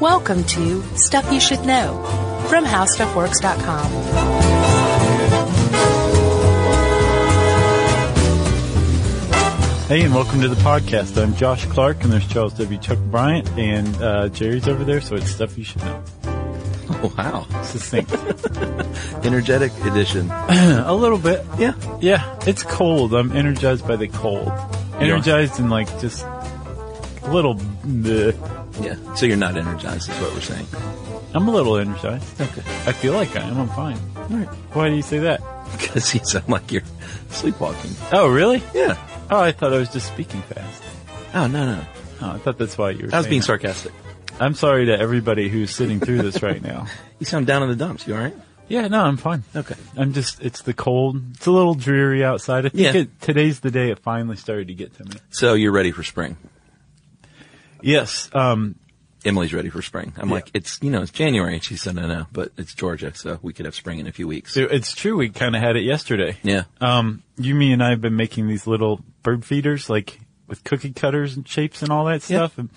Welcome to Stuff You Should Know from HowStuffWorks.com. Hey, and welcome to the podcast. I'm Josh Clark, and there's Charles W. Chuck Bryant, and uh, Jerry's over there, so it's stuff you should know. Wow. Succinct. Energetic edition. a little bit. Yeah. Yeah, it's cold. I'm energized by the cold. Energized and like just little. bleh. Yeah. So you're not energized is what we're saying. I'm a little energized. Okay. I feel like I am. I'm fine. All right. Why do you say that? Because you sound like you're sleepwalking. Oh, really? Yeah. Oh, I thought I was just speaking fast. Oh, no, no. Oh, I thought that's why you were. I was saying being that. sarcastic. I'm sorry to everybody who's sitting through this right now. You sound down in the dumps. You all right? Yeah, no, I'm fine. Okay. I'm just, it's the cold. It's a little dreary outside. I think Yeah. it, today's the day it finally started to get to me. So you're ready for spring. Yes. Um, Emily's ready for spring. I'm Yeah. like, it's, you know, it's January. And she said, no, no, but it's Georgia. So we could have spring in a few weeks. it- it's true. We kind of had it yesterday. Yeah. Um, you, me, and I have been making these little bird feeders, like with cookie cutters and shapes and all that Yeah. stuff. And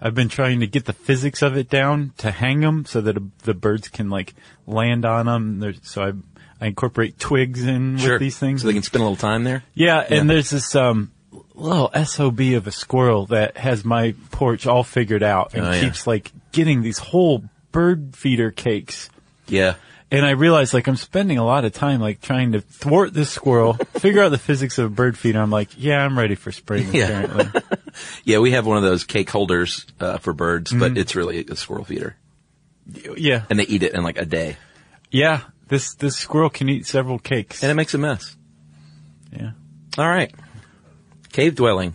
I've been trying to get the physics of it down to hang them so that a- the birds can like land on them. So I, I incorporate twigs in with these things. So they can spend a little time there. Yeah, and Yeah. there's this um, little SOB of a squirrel that has my porch all figured out and Oh, yeah. keeps like getting these whole bird feeder cakes. Yeah. And I realize like I'm spending a lot of time like trying to thwart this squirrel, figure out the physics of a bird feeder. I'm like, yeah, I'm ready for spring Yeah. apparently. Yeah. We have one of those cake holders, uh, for birds, Mm-hmm. but it's really a squirrel feeder yeah. and they eat it in like a day Yeah. This this squirrel can eat several cakes. and it makes a mess. yeah. All right. Cave dwelling.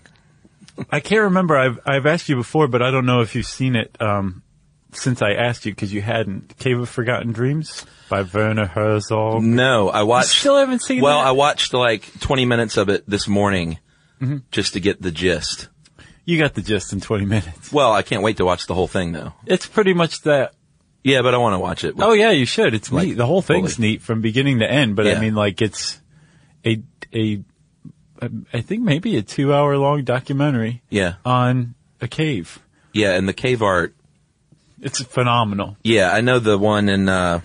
I can't remember. I've I've asked you before, but I don't know if you've seen it um, since I asked you because you hadn't. Cave of Forgotten Dreams by Werner Herzog. No, I watched. still haven't seen Well, that? I watched like 20 minutes of it this morning Mm-hmm. just to get the gist. You got the gist in 20 minutes. Well, I can't wait to watch the whole thing though. It's pretty much that. Yeah, but I want to watch it. Oh yeah, you should. It's Like, neat. The whole thing's fully. neat from beginning to end. But I Yeah. mean, like it's a a I think maybe a two hour long documentary Yeah. on a cave. Yeah, and the cave art. It's phenomenal. Yeah, I know the one in, uh,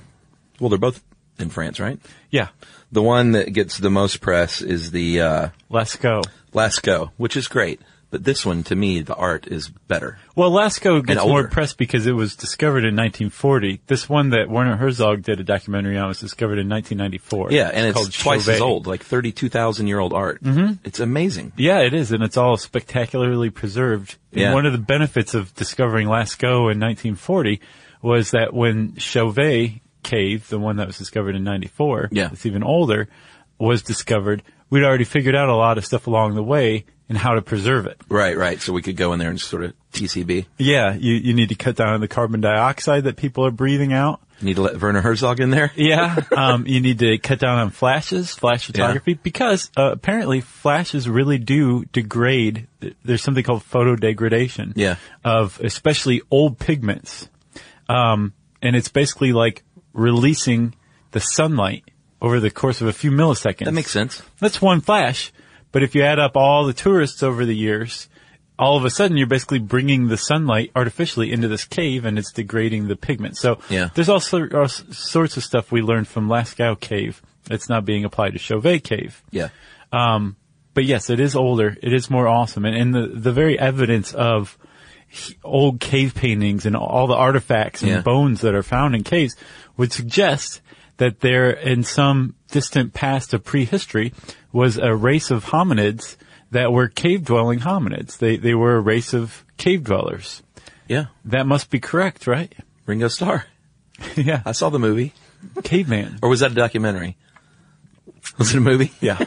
well, they're both in France, right? Yeah, The one that gets the most press is the, uh, Lascaux. Lascaux, which is great. But this one, to me, the art is better. Well, Lascaux gets And more older. press because it was discovered in 1940. This one that Werner Herzog did a documentary on was discovered in 1994. Yeah, and it's, called twice as Chauvet. old, like 32,000 year old art. Mm-hmm. It's amazing. Yeah, it is, and it's all spectacularly preserved. And Yeah. one of the benefits of discovering Lascaux in 1940 was that when Chauvet Cave, the one that was discovered in 94, Yeah. it's even older, was discovered, we'd already figured out a lot of stuff along the way and how to preserve it. Right, right. So we could go in there and sort of TCB. Yeah, you, you need to cut down on the carbon dioxide that people are breathing out. Need to let Werner Herzog in there? Yeah, um, you need to cut down on flashes, flash photography, because uh, apparently flashes really do degrade. There's something called photodegradation. Yeah. Of especially old pigments, um, and it's basically like releasing the sunlight over the course of a few milliseconds. That makes sense. That's one flash, but if you add up all the tourists over the years. All of a sudden, you're basically bringing the sunlight artificially into this cave, and it's degrading the pigment. So Yeah. there's all, sor- all s- sorts of stuff we learned from Lascaux Cave that's not being applied to Chauvet Cave. Yeah. But yes, it is older. It is more awesome, and, and the the very evidence of he- old cave paintings and all the artifacts and Yeah. bones that are found in caves would suggest that there, in some distant past of prehistory, was a race of hominids that were cave dwelling hominids. They they were a race of cave dwellers. Yeah. That must be correct, right? Ringo Starr. yeah, I saw the movie. caveman. Or was that a documentary? Was it a movie? Yeah.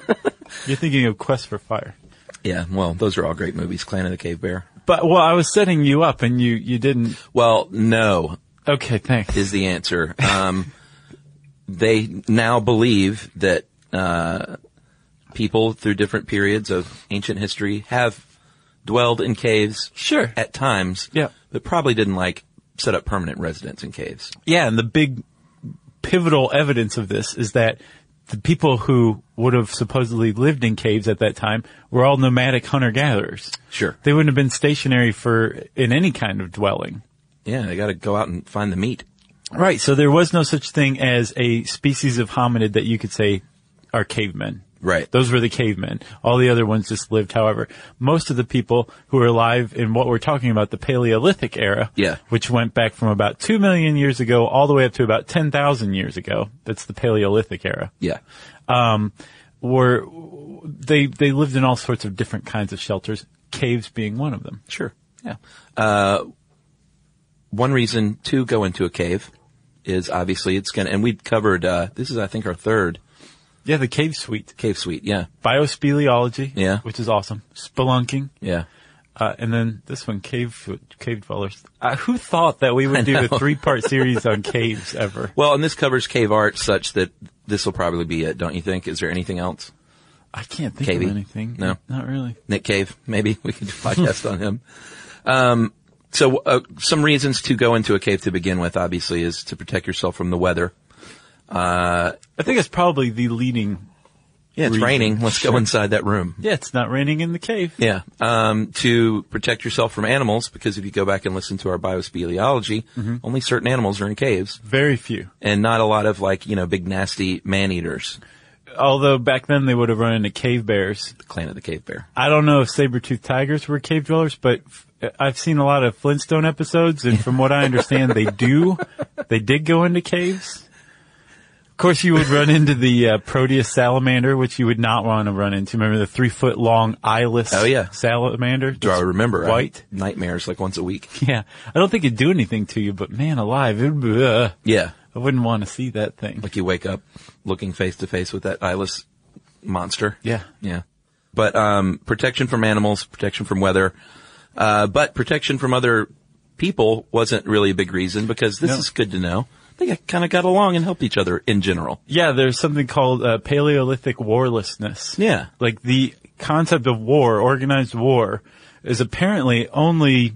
You're thinking of Quest for Fire. Yeah. Well, those are all great movies. Clan of the Cave Bear. But, well, I was setting you up and you, you didn't. Well, no Okay, thanks. is the answer. Um, they now believe that, uh, people through different periods of ancient history have dwelled in caves Sure. at times. Yeah. But probably didn't like set up permanent residence in caves. Yeah, and the big pivotal evidence of this is that the people who would have supposedly lived in caves at that time were all nomadic hunter-gatherers. Sure. They wouldn't have been stationary for, in any kind of dwelling. yeah, they got to go out and find the meat. Right. So there was no such thing as a species of hominid that you could say are cavemen. Right. Those were the cavemen. All the other ones just lived however. Most of the people who are alive in what we're talking about, the Paleolithic era, Yeah. which went back from about 2 million years ago all the way up to about 10,000 years ago. That's the Paleolithic era. Yeah. Were, they, they lived in all sorts of different kinds of shelters, caves being one of them. Sure. Yeah. Uh, one reason to go into a cave is obviously it's going to, and we covered, uh, this is, I think, our third Yeah, the cave suite. cave suite. Yeah. Biospeleology. Yeah. Which is awesome. Spelunking. Yeah. Uh, and then this one, cave cave dwellers. Uh, who thought that we would do a three part series on caves ever? Well, and this covers cave art such that this will probably be it, don't you think? Is there anything else? I can't think Cavey? of anything. No. not really. Nick Cave, maybe we could do a podcast on him. Um, so uh, some reasons to go into a cave to begin with, obviously, is to protect yourself from the weather. I think it's probably the leading. Yeah, it's Reason. raining. Let's go inside that room. Yeah, it's not raining in the cave. Yeah. Um, to protect yourself from animals, because if you go back and listen to our biospeleology, Mm-hmm. only certain animals are in caves Very few. and not a lot of like, you know, big nasty man eaters. Although back then they would have run into cave bears. The clan of the cave bear. I don't know if saber-toothed tigers were cave dwellers, but f- I've seen a lot of Flintstone episodes, and from what I understand, they do. They did go into caves. Of course, you would run into the uh, Proteus salamander, which you would not want to run into. Remember the three-foot-long eyeless Oh, yeah. salamander? Do I remember? I had White? nightmares like once a week. Yeah. I don't think it'd do anything to you, but man alive, it, would- ugh. Yeah. I wouldn't want to see that thing. Like you wake up looking face to face with that eyeless monster. Yeah. Yeah. But, um, protection from animals, protection from weather, uh, but protection from other people wasn't really a big reason because this No. is good to know. They kind of got along and helped each other in general. Yeah, there's something called uh, Paleolithic warlessness. Yeah. Like the concept of war, organized war, is apparently only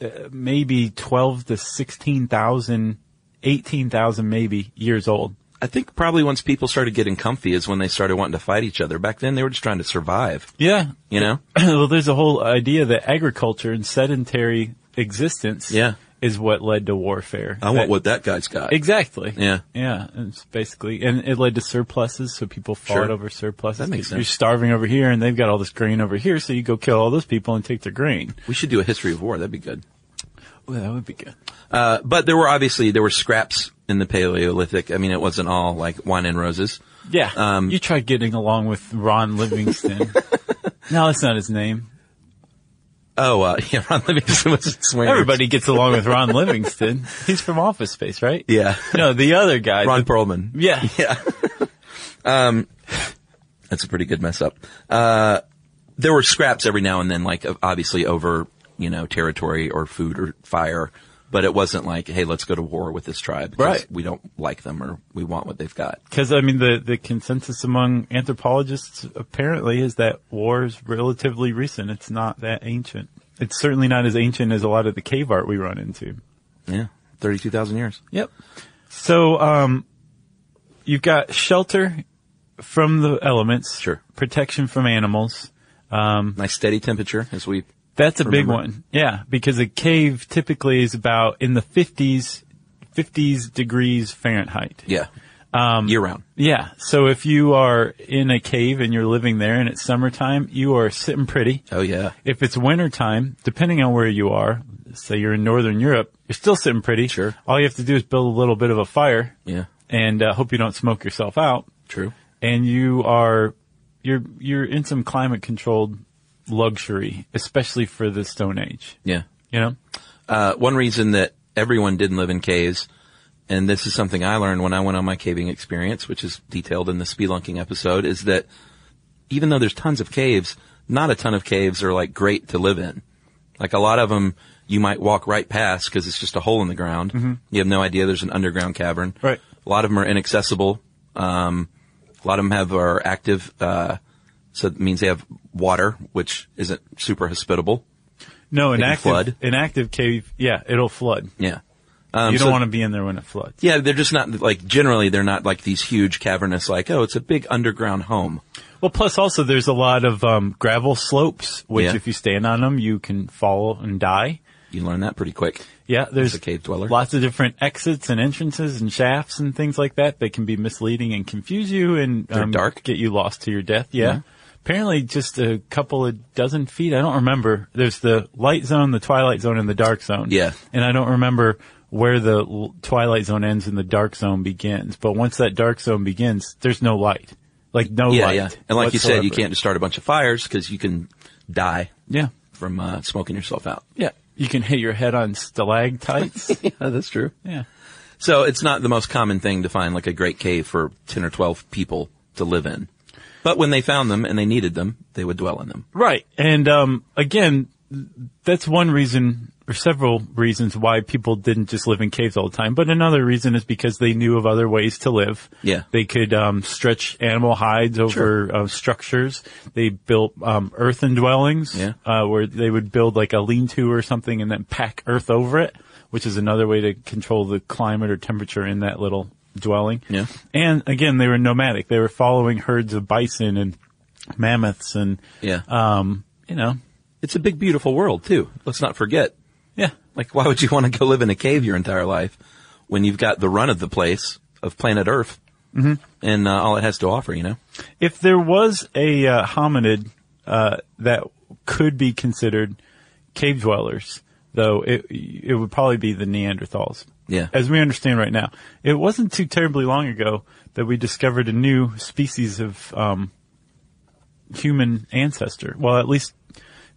uh, maybe 12 to 16,000, 18,000 maybe years old. I think probably once people started getting comfy is when they started wanting to fight each other. Back then they were just trying to survive, Yeah. you know? well, there's a whole idea that agriculture and sedentary existence Yeah. is what led to warfare. That- what that guy's got. Exactly. Yeah. Yeah. and It's basically, and it led to surpluses, so people fought Sure. over surpluses. That makes You're sense. starving over here, and they've got all this grain over here, so you go kill all those people and take their grain. we should do a history of war. That'd be good. Well, that would be good. Uh, but there were obviously, there were scraps in the Paleolithic. I mean, it wasn't all like wine and roses. Yeah. Um, you try getting along with Ron Livingston. no, that's not his name. Oh, uh, yeah, Ron Livingston was swingers. Everybody gets along with Ron Livingston. He's from Office Space, right? Yeah. No, the other guy. Ron Perlman. Yeah. Yeah. um, that's a pretty good mess up. Uh, there were scraps every now and then, like uh, obviously over, you know, territory or food or fire, but it wasn't like, hey, let's go to war with this tribe. because Right. We don't like them or we want what they've got. Because I mean, the the consensus among anthropologists apparently is that war is relatively recent. It's not that ancient. It's certainly not as ancient as a lot of the cave art we run into. Yeah. 32,000 years. Yep. So, um, you've got shelter from the elements, Sure. protection from animals. Mm-hmm. Nice steady temperature as we, That's a big Remember? one. Yeah, because a cave typically is about in the 50s, 50s degrees Fahrenheit. yeah. Um, year round. Yeah. So if you are in a cave and you're living there and it's summertime, you are sitting pretty. Oh yeah. If it's wintertime, depending on where you are, say you're in Northern Europe, you're still sitting pretty. Sure. All you have to do is build a little bit of a fire Yeah. and uh, hope you don't smoke yourself out. True. And you are, you're, you're in some climate controlled luxury, especially for the Stone Age, Yeah. you know? Uh, one reason that everyone didn't live in caves, and this is something I learned when I went on my caving experience, which is detailed in the spelunking episode, is that even though there's tons of caves, not a ton of caves are like great to live in. Like a lot of them, you might walk right past because it's just a hole in the ground. You have no idea there's an underground cavern. Mm-hmm. Right. A lot of them are inaccessible. Um, a lot of them have are active, uh, so it means they have water, which isn't super hospitable. No, an can active, flood. an active cave, yeah, it'll flood. Yeah. Um, you don't so- want to be in there when it floods. Yeah, they're just not like generally they're not like these huge cavernous like oh it's a big underground home. Well, plus also there's a lot of um, gravel slopes, which Yeah. if you stand on them, you can fall and die. You learn that pretty quick. Yeah, there's a cave dweller. Lots of different exits and entrances and shafts and things like that that can be misleading and confuse you and um, They're dark. get you lost to your death. Yeah. Mhm. Apparently just a couple of dozen feet. I don't remember. There's the light zone, the twilight zone, and the dark zone. Yeah. And I don't remember where the l- twilight zone ends and the dark zone begins. But once that dark zone begins, there's no light. Like no Yeah, light. yeah. And like you said, you whatsoever. can't just start a bunch of fires because you can die Yeah. from uh, smoking yourself out. Yeah. You can hit your head on stalactites. yeah, that's true. yeah. So it's not the most common thing to find like a great cave for 10 or 12 people to live in. But when they found them and they needed them, they would dwell in them. Right. And um, again, that's one reason or several reasons why people didn't just live in caves all the time. But another reason is because they knew of other ways to live. Yeah. They could um, stretch animal hides over uh, structures. They built um, earthen dwellings Yeah. uh, where they would build like a lean-to or something and then pack earth over it, which is another way to control the climate or temperature in that little dwelling. Yeah. And again, they were nomadic. They were following herds of bison and mammoths and Yeah. um, you know, Uh, it's a big, beautiful world too. Let's not forget. yeah, Like, why would you want to go live in a cave your entire life when you've got the run of the place of planet Earth Mm-hmm. and uh, all it has to offer, you know? if there was a uh, hominid uh, that could be considered cave dwellers, though, it it would probably be the Neanderthals. Yeah. as we understand right now, it wasn't too terribly long ago that we discovered a new species of um, human ancestor. Well, at least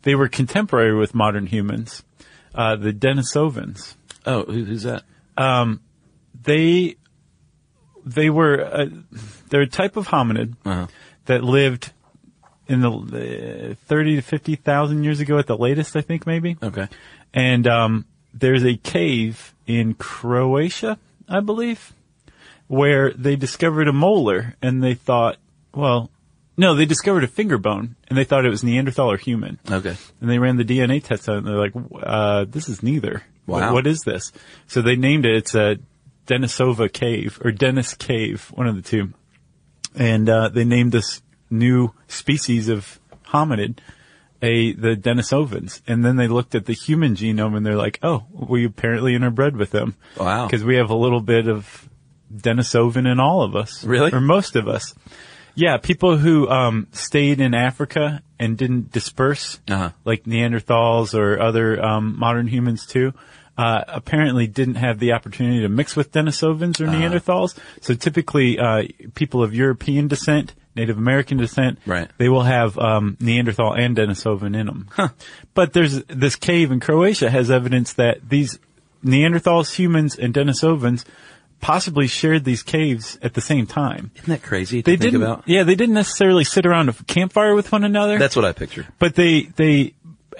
they were contemporary with modern humans, uh, the Denisovans. Oh, who, who's that? they they were uh, they're a type of hominid Uh-huh. that lived in the uh, thirty to fifty thousand years ago at the latest, I think maybe. Okay. And um, there's a cave in Croatia, I believe, where they discovered a molar, and they thought, well, no, they discovered a finger bone, and they thought it was Neanderthal or human. Okay. And they ran the DNA test on it, and they're like, w- uh, this is neither. Wow. Like, what is this? So they named it, it's a Denisova Cave, or Dennis Cave, one of the two. And, uh, they named this new species of hominid a, the Denisovans. And then they looked at the human genome and they're like, oh, we apparently interbred with them. Wow. Because we have a little bit of Denisovan in all of us. Really? Or most of us. Yeah, people who um, stayed in Africa and didn't disperse, Uh-huh. like Neanderthals or other um, modern humans too, uh, apparently didn't have the opportunity to mix with Denisovans Uh-huh. or Neanderthals. So typically, uh, people of European descent, Native American descent, Right. they will have um, Neanderthal and Denisovan in them. But there's this cave in Croatia has evidence that these Neanderthals, humans, and Denisovans possibly shared these caves at the same time. Isn't that crazy to They think didn't. about? Yeah, they didn't necessarily sit around a campfire with one another. That's what I picture. but they they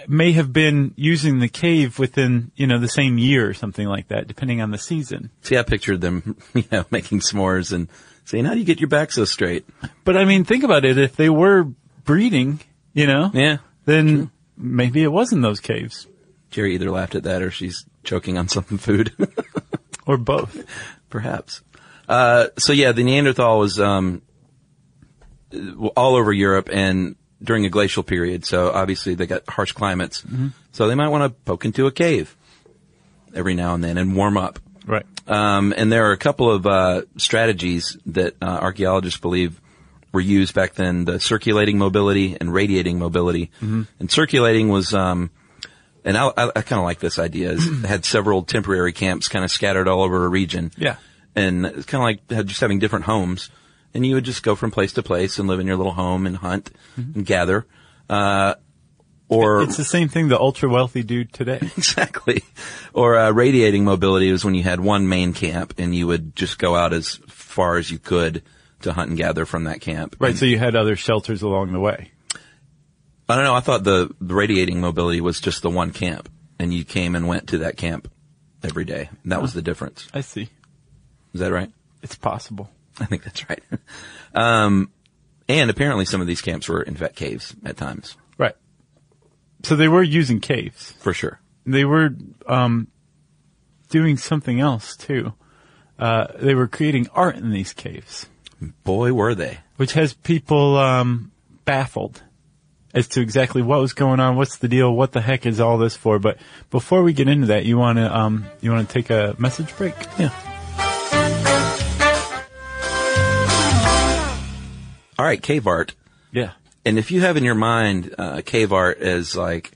may have been using the cave within you know the same year or something like that, depending on the season. See, I pictured them, you know, making s'mores and saying, how do you get your back so straight? But I mean, think about it. If they were breeding, you know, Yeah. then maybe it was in those caves Jerry either laughed at that or she's choking on some food. or both. Perhaps. Uh, so yeah, the Neanderthal was, um, uh, all over Europe and during a glacial period. So obviously they got harsh climates. So they might want to poke into a cave every now and then and warm up. right. Um, and there are a couple of uh, strategies that uh, archaeologists believe were used back then: the circulating mobility and radiating mobility. And circulating was, um, and I, I, I kind of like this idea. Is it had several temporary camps kind of scattered all over a region. Yeah. and it's kind of like had- just having different homes, and you would just go from place to place and live in your little home and hunt Mm-hmm. and gather. Uh, or It's the same thing the ultra wealthy do today. exactly. Or uh, radiating mobility was when you had one main camp and you would just go out as far as you could to hunt and gather from that camp. right. So you had other shelters along the way. I don't know. I thought the, the radiating mobility was just the one camp, and you came and went to that camp every day. And that was the difference. I see. Is that right? It's possible. I think that's right. um, and apparently, some of these camps were in fact caves at times, Right. So they were using caves. for sure. they were um, doing something else too. Uh, they were creating art in these caves, Boy, were they! which has people um, baffled as to exactly what was going on, what's the deal, what the heck is all this for. But before we get into that, you want to um, you want to take a message break? Yeah. All right, cave art. Yeah. And if you have in your mind uh, cave art as like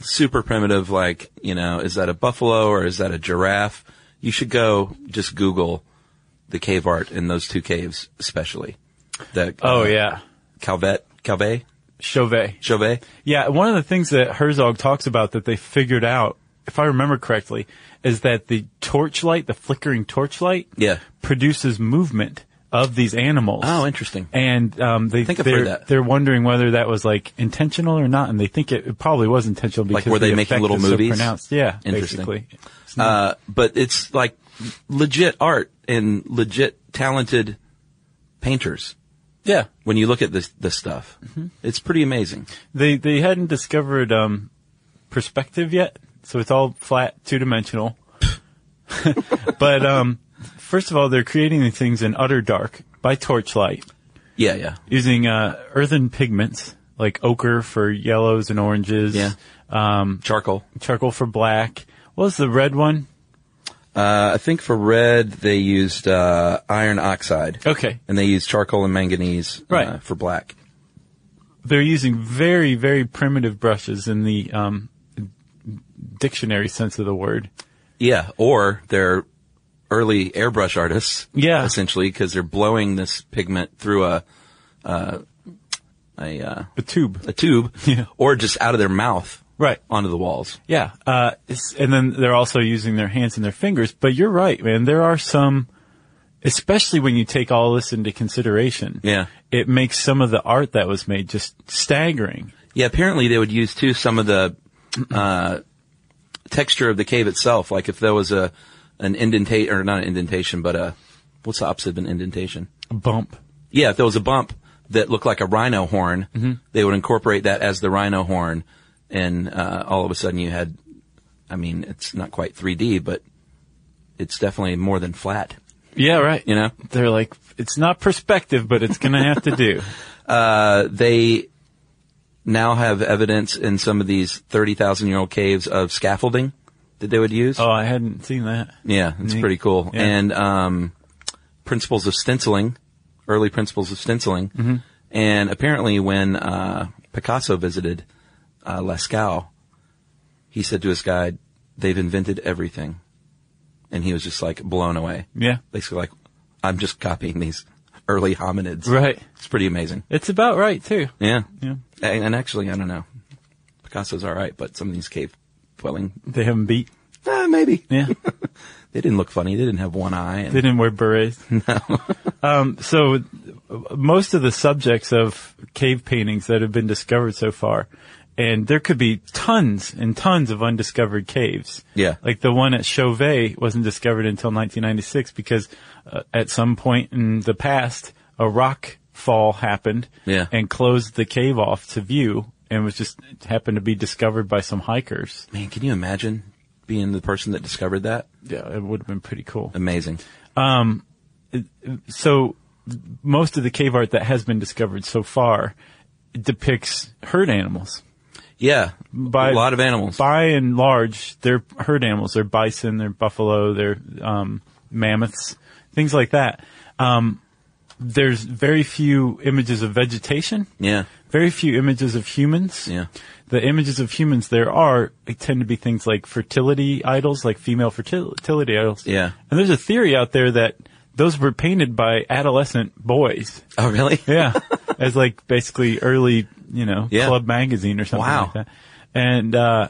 super primitive, like you know, is that a buffalo or is that a giraffe? You should go just Google the cave art in those two caves, especially the Oh uh, yeah. Calvet Calvet Chauvet. Chauvet. Yeah, one of the things that Herzog talks about that they figured out, if I remember correctly, is that the torchlight, the flickering torchlight, Yeah. produces movement of these animals. Oh, interesting. And um, they think I've they're, heard that. they're wondering whether that was like intentional or not, and they think it, it probably was intentional because Like, were they the making effect little is so movies? pronounced. Yeah, Interesting. basically. Uh, but it's like legit art and legit talented painters. Yeah, Mm-hmm. When you look at this this stuff, it's pretty amazing. they they hadn't discovered um, perspective yet, so it's all flat, two dimensional. but um, first of all, they're creating these things in utter dark by torchlight Yeah, yeah, using uh, earthen pigments like ochre for yellows and oranges, Yeah. um, charcoal. charcoal for black. What was the red one? Uh, I think for red they used uh, iron oxide, Okay, and they used charcoal and manganese uh, Right. for black. they're using very very primitive brushes in the um, dictionary sense of the word. Yeah, or they're early airbrush artists. Yeah. essentially because they're blowing this pigment through a uh, a uh, A tube. a tube, Yeah. or just out of their mouth Right. onto the walls. Yeah, uh, it's- and then they're also using their hands and their fingers. But you're right, man. There are some, especially when you take all this into consideration. Yeah. it makes some of the art that was made just staggering. Yeah, apparently they would use too some of the uh, texture of the cave itself. Like if there was a an indentation or not an indentation, but a what's the opposite of an indentation? Bump. Yeah, if there was a bump that looked like a rhino horn, they would incorporate that as the rhino horn, and uh, all of a sudden you had. I mean, it's not quite 3D, but it's definitely more than flat. Yeah, right. You know. they're like, it's not perspective, but it's gonna have to do. Uh, they now have evidence in some of these 30,000 year old caves of scaffolding that they would use. Oh, I hadn't seen that. Yeah, it's Neat. pretty cool. Yeah. And um, principles of stenciling, early principles of stenciling, Mm-hmm. and apparently when uh, Picasso visited uh, Lascaux, he said to his guide, "They've invented everything," and he was just like blown away. Yeah, Basically, like I'm just copying these early hominids. right. It's pretty amazing. It's about right too. Yeah. Yeah, And, and actually, I don't know. Picasso's all right, but some of these cave dwelling, they haven't beat. ah, maybe Yeah. they didn't look funny. They didn't have one eye. And, They didn't wear berets. No. um, so uh, most of the subjects of cave paintings that have been discovered so far, and there could be tons and tons of undiscovered caves. Yeah. Like the one at Chauvet wasn't discovered until 1996 because uh, at some point in the past, a rock fall happened Yeah. and closed the cave off to view and was just happened to be discovered by some hikers. Man, can you imagine being the person that discovered that? Yeah, it would have been pretty cool. Amazing. so most of the cave art that has been discovered so far depicts herd animals. Yeah. By- a lot of animals. By and large, they're herd animals. They're bison, they're buffalo, they're um, mammoths, things like that. Um, there's very few images of vegetation, yeah. very few images of humans. Yeah. The images of humans there are they tend to be things like fertility idols, like female fertil- fertility idols. Yeah. And there's a theory out there that those were painted by adolescent boys. Oh, really? Yeah. As like basically early, you know, Yeah. club magazine or something Wow. like that. And, uh,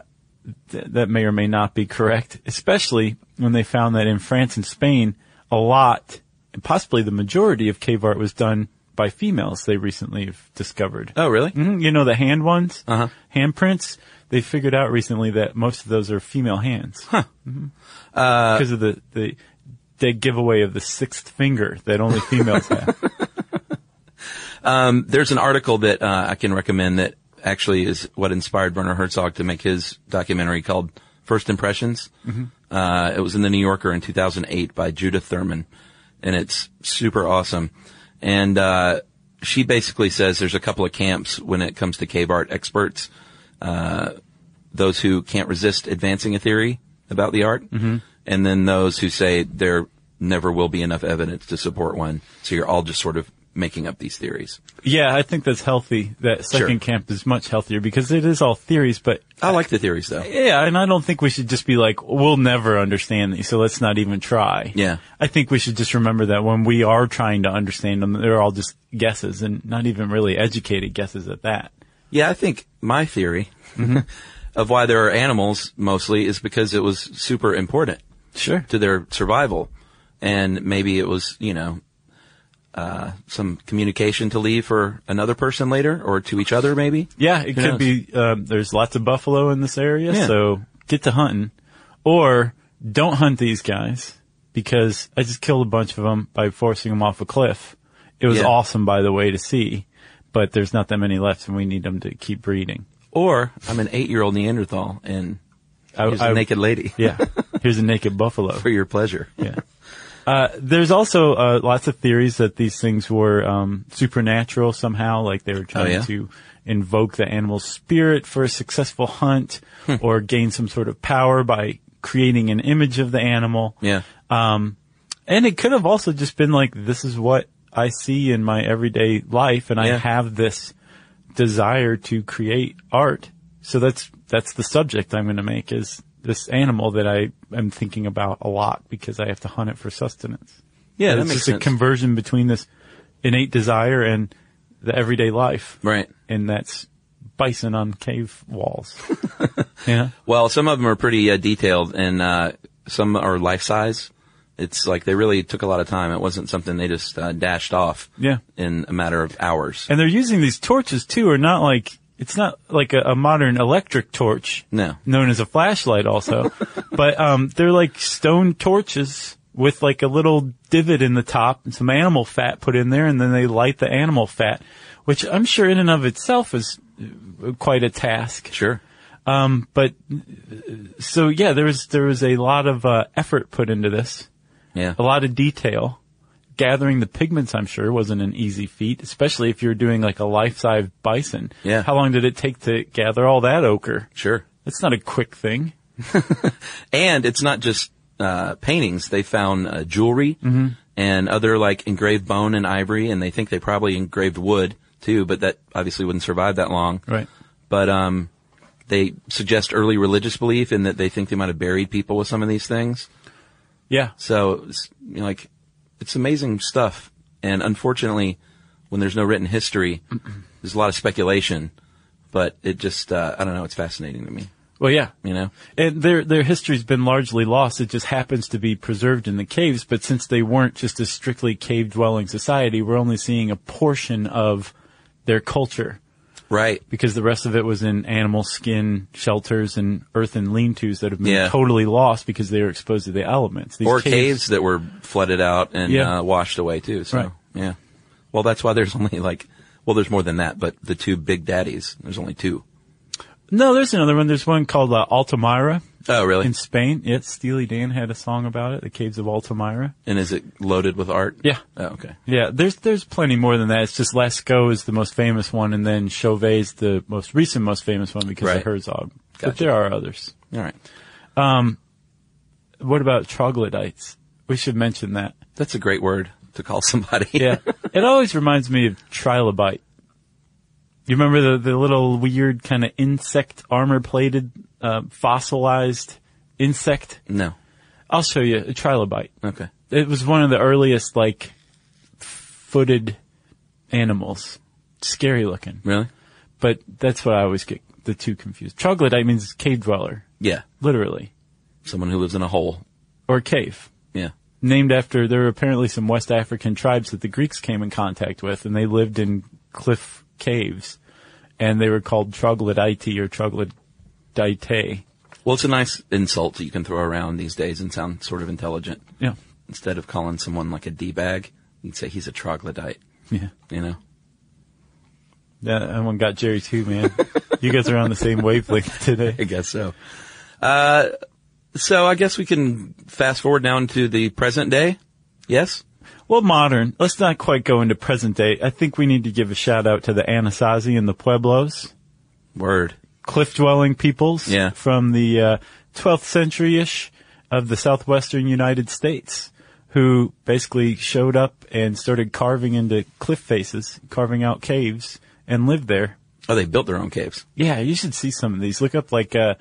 th- that may or may not be correct, especially when they found that in France and Spain, a lot, and possibly the majority of cave art was done by females they recently have discovered. Oh, really? Mhm, You know, the hand ones, Uh-huh. handprints, they figured out recently that most of those are female hands. Huh. Uh, Because of the, the, the giveaway of the sixth finger that only females have. Um, there's an article that uh, I can recommend that actually is what inspired Werner Herzog to make his documentary called First Impressions. Uh, it was in the New Yorker in 2008 by Judith Thurman, and it's super awesome. And uh, she basically says there's a couple of camps when it comes to cave art experts. Uh, those who can't resist advancing a theory about the art, and then those who say there never will be enough evidence to support one. So you're all just sort of making up these theories. Yeah, I think that's healthy. That Sure. second camp is much healthier because it is all theories, but I like the theories though. yeah, and I don't think we should just be like, we'll never understand these, so let's not even try. Yeah. I think we should just remember that when we are trying to understand them, they're all just guesses and not even really educated guesses at that. Yeah, I think my theory Mm-hmm. of why there are animals mostly is because it was super important Sure. to their survival. And maybe it was, you know, uh, some communication to leave for another person later or to each other maybe. Yeah, it Who could knows? be. Um, there's lots of buffalo in this area, Yeah. so get to hunting, or don't hunt these guys because I just killed a bunch of them by forcing them off a cliff. It was Yeah. awesome, by the way, to see, but there's not that many left, and we need them to keep breeding. Or I'm an eight year old Neanderthal and I, here's a I- naked lady yeah, here's a naked buffalo. for your pleasure. Yeah. Uh, there's also uh, lots of theories that these things were um, supernatural somehow, like they were trying Oh, yeah? to invoke the animal's spirit for a successful hunt Hmm. or gain some sort of power by creating an image of the animal. Yeah. And it could have also just been like, this is what I see in my everyday life, and I Yeah. have this desire to create art. So that's that's the subject I'm going to make is this animal that I am thinking about a lot because I have to hunt it for sustenance. Yeah, And that it's makes just sense. a conversion between this innate desire and the everyday life, right. and that's bison on cave walls. yeah, Well, some of them are pretty uh, detailed, and uh, some are life size. It's like they really took a lot of time. It wasn't something they just uh, dashed off yeah. in a matter of hours. And they're using these torches too, are not like, it's not like a, a modern electric torch. No. Known as a flashlight also. but, um, they're like stone torches with like a little divot in the top and some animal fat put in there and then they light the animal fat, which I'm sure in and of itself is uh, quite a task. Sure. But, uh, so yeah, there was, there was a lot of, uh, effort put into this Yeah. a lot of detail. Gathering the pigments, I'm sure, wasn't an easy feat, especially if you're doing like a life-size bison. Yeah. How long did it take to gather all that ochre? Sure. That's not a quick thing. And it's not just uh, paintings. They found uh, jewelry Mm-hmm. and other like engraved bone and ivory, and they think they probably engraved wood too, but that obviously wouldn't survive that long. Right. But um, they suggest early religious belief in that they think they might have buried people with some of these things. Yeah. So, it's, you know, like, it's amazing stuff. And unfortunately, when there's no written history, there's a lot of speculation. But it just, uh, I don't know, it's fascinating to me, Well, yeah. you know? And their, their history's been largely lost. It just happens to be preserved in the caves, but since they weren't just a strictly cave-dwelling society, we're only seeing a portion of their culture. Right. because the rest of it was in animal skin shelters and earthen lean-tos that have been Yeah. totally lost because they were exposed to the elements. These Or caves. that were flooded out and Yeah. uh, washed away too. So, Right. yeah. Well, that's why there's only like, well, there's more than that, but the two big daddies, there's only two. No, there's another one. There's one called uh, Altamira Oh, really? in Spain. Yes, Steely Dan had a song about it, the caves of Altamira. and is it loaded with art? Yeah. Oh, okay. Yeah, there's there's plenty more than that. It's just Lascaux is the most famous one, and then Chauvet's the most recent, most famous one because of Right. Herzog. But Gotcha. there are others. All right. What about troglodytes? We should mention that. That's a great word to call somebody. Yeah. it always reminds me of trilobite. You remember the, the little weird kind of insect armor plated, uh, fossilized insect? no. I'll show you a trilobite. Okay. It was one of the earliest like footed animals. Scary looking. Really? But that's what I always get the two confused. Troglodyte means cave dweller, Yeah. literally. Someone who lives in a hole. Or cave. Yeah. named after there were apparently some West African tribes that the Greeks came in contact with, and they lived in cliff caves, and they were called troglodyte or troglodyte. Well, it's a nice insult that you can throw around these days and sound sort of intelligent. Yeah, Instead of calling someone like a D-bag, you'd say he's a troglodyte, yeah. you know? That that one got Jerry too, man. you guys are on the same wavelength I today. guess so. Uh, so I guess we can fast forward now into the present day. Yes? Well, modern. Let's not quite go into present day. I think we need to give a shout out to the Anasazi and the Pueblos, Word. cliff dwelling peoples Yeah. from the uh, 12th century ish of the southwestern United States, who basically showed up and started carving into cliff faces, carving out caves, and lived there. Oh, they built their own caves. Yeah, you should see some of these. Look up like uh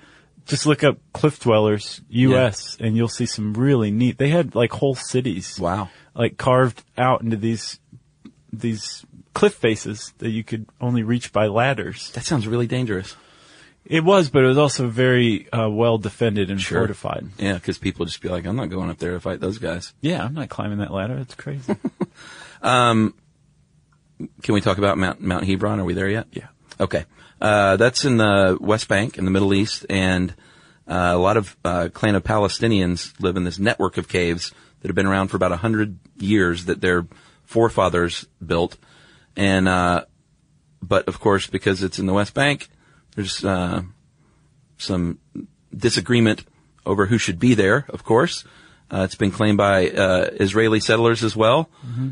just look up cliff dwellers US and you'll see some really neat. They had like whole cities. Wow. Like carved out into these these cliff faces that you could only reach by ladders. That sounds really dangerous. It was, but it was also very uh, well defended and Sure. fortified. Yeah, because people just be like, I'm not going up there to fight those guys. Yeah, I'm not climbing that ladder. That's crazy. Can we talk about Mount, Mount Hebron? Are we there yet? Yeah. Okay. Uh, that's in the West Bank in the Middle East and uh, a lot of uh, clan of Palestinians live in this network of caves that have been around for about a hundred years that their forefathers built. And, uh, but of course, because it's in the West Bank, there's, uh, some disagreement over who should be there, of course. Uh, it's been claimed by uh, Israeli settlers as well,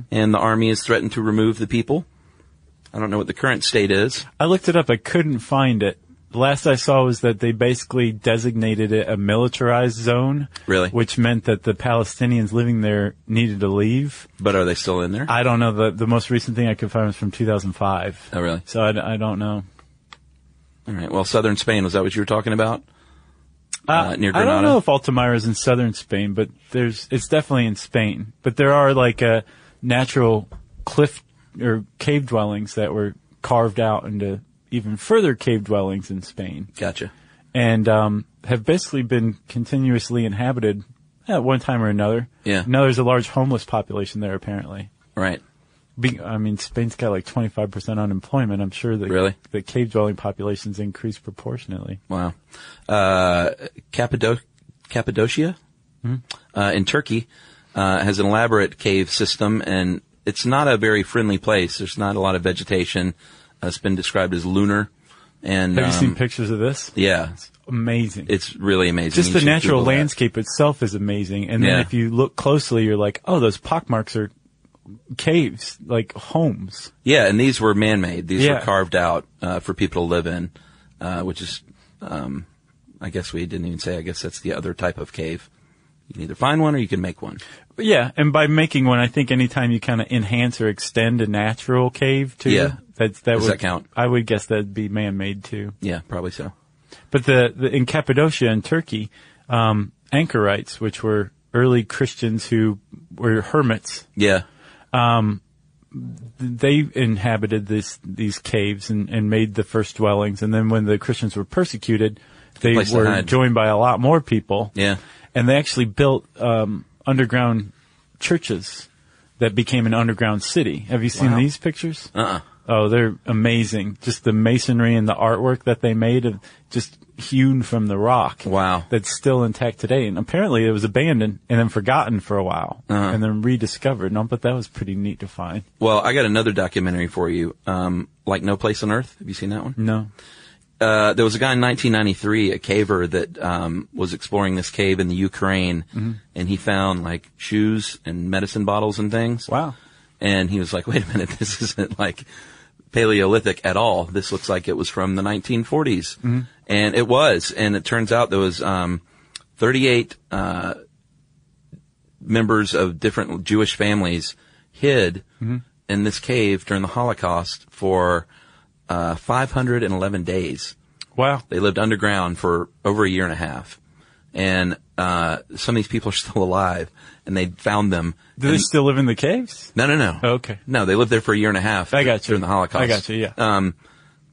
and the army has threatened to remove the people. I don't know what the current state is. I looked it up. I couldn't find it. The last I saw was that they basically designated it a militarized zone. Really? Which meant that the Palestinians living there needed to leave. But are they still in there? I don't know. The, the most recent thing I could find was from 2005. Oh, really? So I, d- I don't know. All right. Well, southern Spain was that what you were talking about? Uh, near I don't Granada? know if Altamira's in southern Spain, but there's it's definitely in Spain. But there are like uh, natural cliff or cave dwellings that were carved out into even further cave dwellings in Spain. Gotcha. and um, have basically been continuously inhabited at one time or another. Yeah. Now there's a large homeless population there apparently. Right. Be- I mean, Spain's got like 25% unemployment. I'm sure the, Really? the cave dwelling populations increase proportionately. Wow. Uh, Cappadoc- Cappadocia Hmm. uh, in Turkey uh, has an elaborate cave system, and it's not a very friendly place. There's not a lot of vegetation. Uh, it's been described as lunar. And Have you seen um, pictures of this? Yeah, Amazing. it's really amazing. Just You the should natural Google that. landscape itself is amazing. And then Yeah. if you look closely, you're like, oh, those pockmarks are caves, like homes. Yeah, and these were man-made. These were Yeah. carved out uh, for people to live in, uh, which is, um, I guess we didn't even say. I guess that's the other type of cave. You can either find one or you can make one. Yeah, and by making one, I think anytime you kind of enhance or extend a natural cave too, Yeah. that's that Does would that count? I would guess that'd be man-made too. Yeah, probably so. But the, the in Cappadocia in Turkey, um, anchorites, which were early Christians who were hermits, Yeah, they inhabited this these caves and, and made the first dwellings. And then when the Christians were persecuted, they Place to were hide. joined by a lot more people. yeah. and they actually built um, underground churches that became an underground city. Have you seen Wow. these pictures? Uh-uh. Oh, they're amazing. Just the masonry and the artwork that they made of just hewn from the rock. Wow. That's still intact today. And apparently it was abandoned and then forgotten for a while Uh-huh. and then rediscovered. No, but that was pretty neat to find. Well, I got another documentary for you. Um, like No Place on Earth. Have you seen that one? No. Uh, there was a guy in 1993, a caver that um, was exploring this cave in the Ukraine, and he found like shoes and medicine bottles and things. Wow. And he was like, wait a minute, this isn't like Paleolithic at all. This looks like it was from the 1940s. And it was. And it turns out there was, um, 38, uh, members of different Jewish families hid in this cave during the Holocaust for, uh, 511 days. Wow. They lived underground for over a year and a half. And, uh, some of these people are still alive and they found them. Do they And- still live in the Oh, caves? no, no, no. Okay. No, they lived there for a year and a half. I got you. During the Holocaust. I got you, yeah. Um,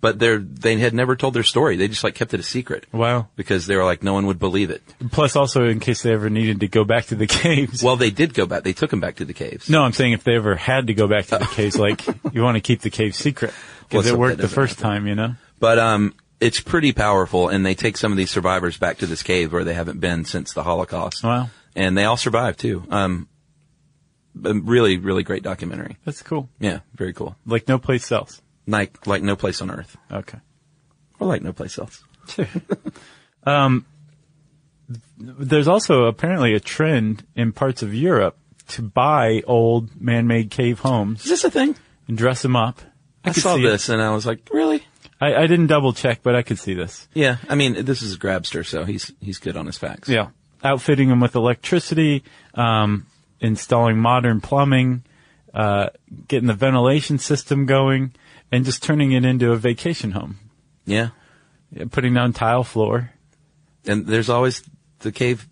but they're, they had never told their story. They just like kept it a secret. Wow. Because they were like, no one would believe it. Plus also in case they ever needed to go back to the caves. Well, they did go back. They took them back to the caves. No, I'm saying if they ever had to go back to the caves, like you want to keep the cave secret Well, because so it worked the that doesn't first time, you know. But, um, it's pretty powerful and they take some of these survivors back to this cave where they haven't been since the Holocaust. Wow. And they all survived too. Um, a really, really great documentary. That's cool. Yeah. Very cool. Like no place else. Like, like no place on earth Okay. or like no place else. There's also apparently a trend in parts of Europe to buy old man-made cave Is homes this a thing? and dress them up. I, could saw see this and I was like, really? It. I, I didn't double check, but I could see this. Yeah. I mean, this is a grabster, so he's he's good on his facts. Yeah. Outfitting them with electricity, um, installing modern plumbing, uh, getting the ventilation system going, and just turning it into a vacation home. Yeah. Yeah, Putting down tile floor. And there's always the cave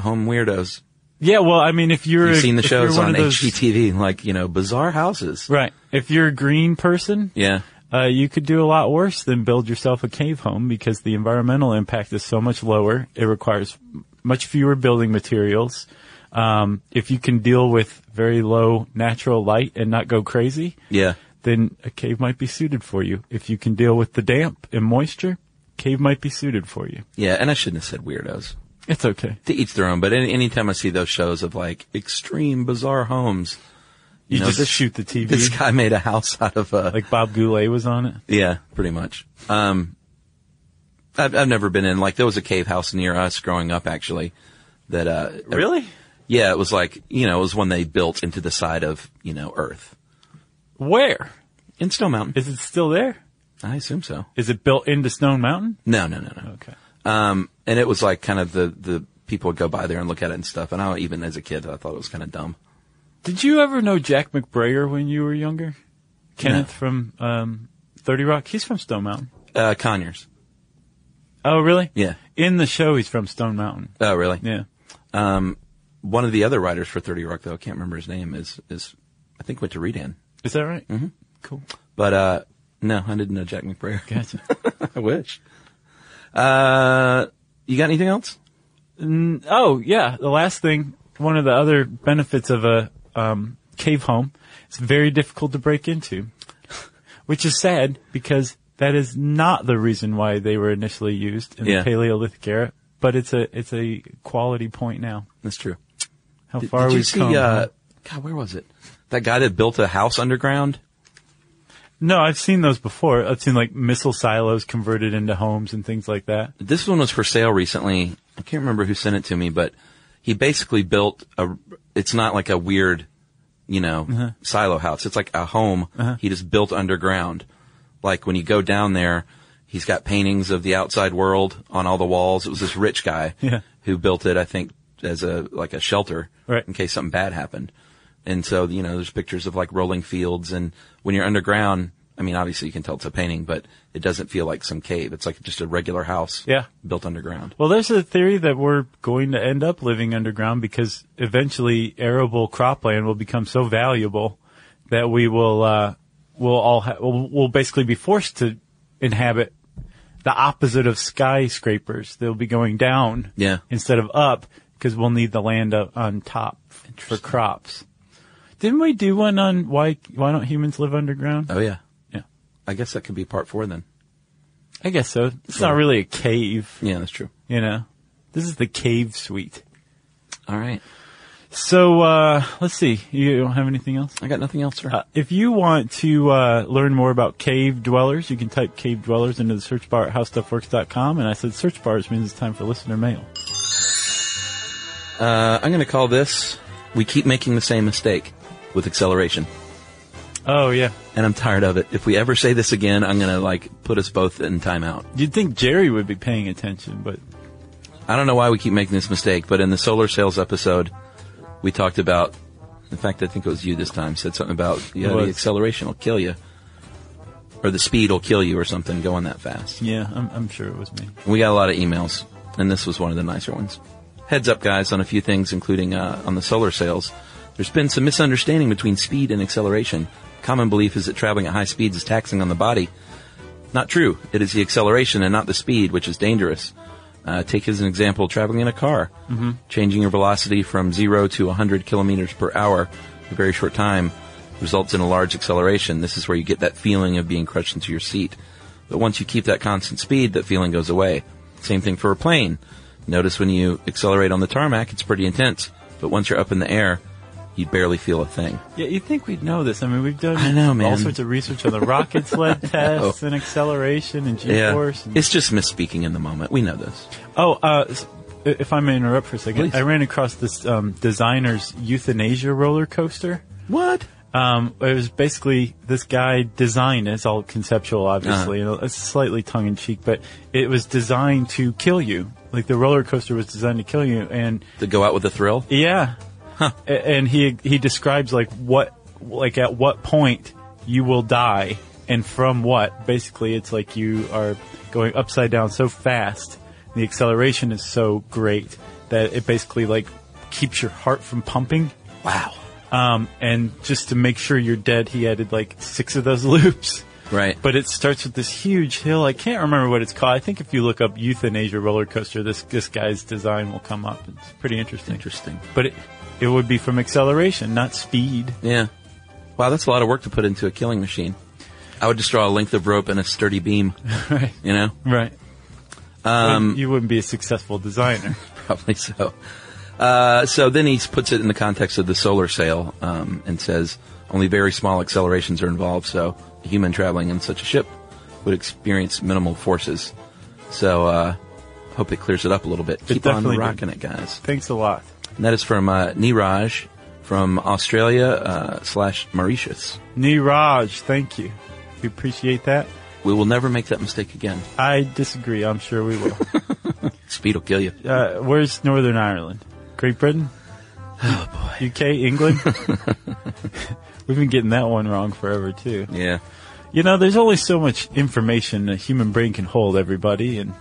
home weirdos. Yeah, well, I mean, if you're You've seen the if you're shows one on of those- HGTV, like you know, bizarre houses. right? If you're a green person, Yeah. uh, you could do a lot worse than build yourself a cave home because the environmental impact is so much lower. It requires m- much fewer building materials. Um, if you can deal with very low natural light and not go crazy, Yeah. then a cave might be suited for you. If you can deal with the damp and moisture, cave might be suited for you. Yeah. And I shouldn't have said weirdos. It's okay. To each their own. But any, anytime I see those shows of like extreme bizarre homes, You, know, just this- shoot the TV. this guy made a house out of a Mm-hmm. like Bob Goulet was on it. Yeah, pretty much. Um, I've, I've never been in, like, there was a cave house near us growing up, actually, that, uh. Yeah, it was like, you know, it was one they built into the side of, you know, earth. Where? In Snow Mountain. Is it still there? I assume so. Is it built into Stone Mountain? No, no, no, no. Okay. Um, and it was like kind of the, the people would go by there and look at it and stuff. And I, even as a kid, I thought it was kind of dumb. Did you ever know Jack McBrayer when you were younger? Kenneth from um, 30 Rock. He's from Stone Mountain. Uh, Conyers. Oh, really? Yeah. In the show, he's from Stone Mountain. Oh, really? Yeah. Um, one of the other writers for 30 Rock, though, I can't remember his name, is, is, I think went to Redan. Is that right? Mm-hmm. Cool. But, uh, no, I didn't know Jack McBrayer. Gotcha. I wish. Uh, you got anything else? Oh yeah, the last thing, one of the other benefits of a um, cave home, it's very difficult to break into, which is sad because that is not the reason why they were initially used in Yeah. the Paleolithic era. But it's a it's a quality point now. That's true. How Did, far did we've you see, come. uh, huh? God, where was it? That guy that built a house underground? No, I've seen those before. I've seen like missile silos converted into homes and things like that. This one was for sale recently. I can't remember who sent it to me, but he basically built a, it's not like a weird, you know, Uh-huh. silo house. It's like a home he just built underground. Like when you go down there, he's got paintings of the outside world on all the walls. It was this rich guy Yeah. who built it, I think, as a, like a shelter. Right. In case something bad happened. And so, you know, there's pictures of like rolling fields and when you're underground, I mean, obviously you can tell it's a painting, but it doesn't feel like some cave. It's like just a regular house Yeah. built underground. Well, there's a theory that we're going to end up living underground because eventually arable cropland will become so valuable that we will uh, will all ha- we'll, we'll basically be forced to inhabit the opposite of skyscrapers. They'll be going down Yeah. instead of up because we'll need the land up on top for crops. Didn't we do one on why why don't humans live underground? Oh yeah. Yeah, I guess that could be part four then. I guess so. It's not really a cave, Yeah, that's true. you know. This is the cave suite. All right. So uh, let's see. You don't have anything else? I got nothing else, sir. Uh, if you want to uh, learn more about cave dwellers, you can type cave dwellers into the search bar at howstuffworks.com. And I said search bar, which means it's time for listener mail. Uh, I'm going to call this, we keep making the same mistake with acceleration. Oh, yeah. And I'm tired of it. If we ever say this again, I'm going to like put us both in timeout. You'd think Jerry would be paying attention, but I don't know why we keep making this mistake, but in the solar sales episode, we talked about, in fact, I think it was you this time, said something about, you know, was. the acceleration will kill you. Or the speed will kill you or something going that fast. yeah, I'm, I'm sure it was me. We got a lot of emails, and this was one of the nicer ones. Heads up, guys, on a few things, including uh, on the solar sails. There's been some misunderstanding between speed and acceleration. Common belief is that traveling at high speeds is taxing on the body. Not true. It is the acceleration and not the speed which is dangerous. Uh, take as an example traveling in a car. Mm-hmm. Changing your velocity from zero to 100 kilometers per hour in a very short time results in a large acceleration. This is where you get that feeling of being crushed into your seat. But once you keep that constant speed, that feeling goes away. Same thing for a plane. Notice when you accelerate on the tarmac, it's pretty intense. But once you're up in the air, you barely feel a thing. Yeah, you'd think we'd know this. I Oh. mean, we've done I know, man. all sorts of research on the rocket sled tests and acceleration and G force. It's just misspeaking in the moment. We know this. Oh, uh, s- if I may interrupt for a second, Please. I ran across this um, designer's euthanasia roller coaster. What? Um, it was basically this guy designed. It's all conceptual, obviously. and It's slightly tongue in cheek, but it was designed to kill you. Like the roller coaster was designed to kill you, and To go out with a thrill? yeah, A- and he he describes like what like at what point you will die, and from what. Basically, it's like you are going upside down so fast, the acceleration is so great that it basically like keeps your heart from pumping. Wow. Um, and just to make sure you're dead, he added like six of those loops. Right. But it starts with this huge hill. I can't remember what it's called. I think if you look up euthanasia roller coaster, this this guy's design will come up. It's pretty interesting. Interesting. But it, it would be from acceleration, not speed. Yeah. Wow, that's a lot of work to put into a killing machine. I would just draw a length of rope and a sturdy beam, right. you know? Right. Um, you wouldn't be a successful designer. Probably so. Uh, so then he puts it in the context of the solar sail um, and says only very small accelerations are involved, so a human traveling in such a ship would experience minimal forces. So uh, hope it clears it up a little bit. Keep on definitely did. rocking it, guys. Thanks a lot. And that is from uh, Niraj from Australia uh, slash Mauritius. Niraj, thank you. We appreciate that. We will never make that mistake again. I disagree. I'm sure we will. Speed will kill you. uh, where's Northern Ireland? Great Britain? Oh boy. UK, England? We've been getting that one wrong forever too. Yeah. You know, there's only so much information a human brain can hold, everybody, and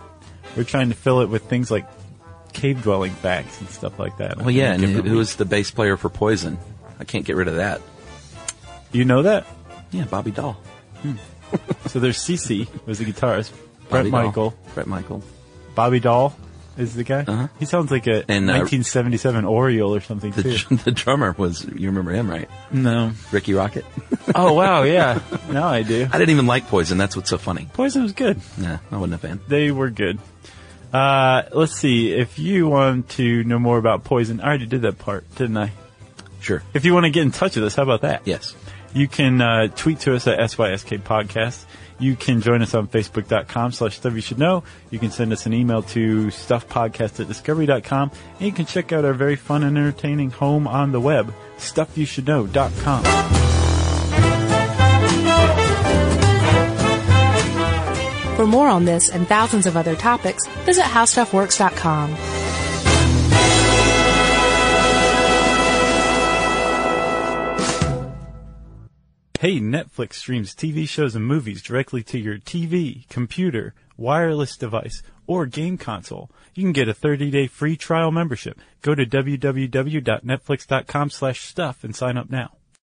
we're trying to fill it with things like cave dwelling facts and stuff like that. Well, yeah, and who who was the bass player for Poison? I can't get rid of that. You know that? Yeah, Bobby Dahl. So there's CC was the guitarist, Brett Bobby Dahl. Michael, Brett Michael. Bobby Dahl is the guy. Uh-huh. He sounds like a And, uh, 1977 Oriole or something The, too. dr- the drummer was, you remember him, right? no. Ricky Rocket. Oh wow, yeah. now I do. I didn't even like Poison. That's what's so funny. Poison was good. Nah, I wasn't a fan. They were good. Uh, let's see. If you want to know more about Poison, I already did that part, didn't I? Sure. If you want to get in touch with us, how about that? Yes. You can uh, tweet to us at SYSK Podcast. You can join us on Facebook.com slash Stuff You Should Know. You can send us an email to StuffPodcast at Discovery.com. And you can check out our very fun and entertaining home on the web, StuffYouShouldKnow.com. For more on this and thousands of other topics, visit HowStuffWorks.com. Hey, Netflix streams TV shows and movies directly to your TV, computer, wireless device, or game console. You can get a 30-day free trial membership. Go to www.netflix.com slash stuff and sign up now.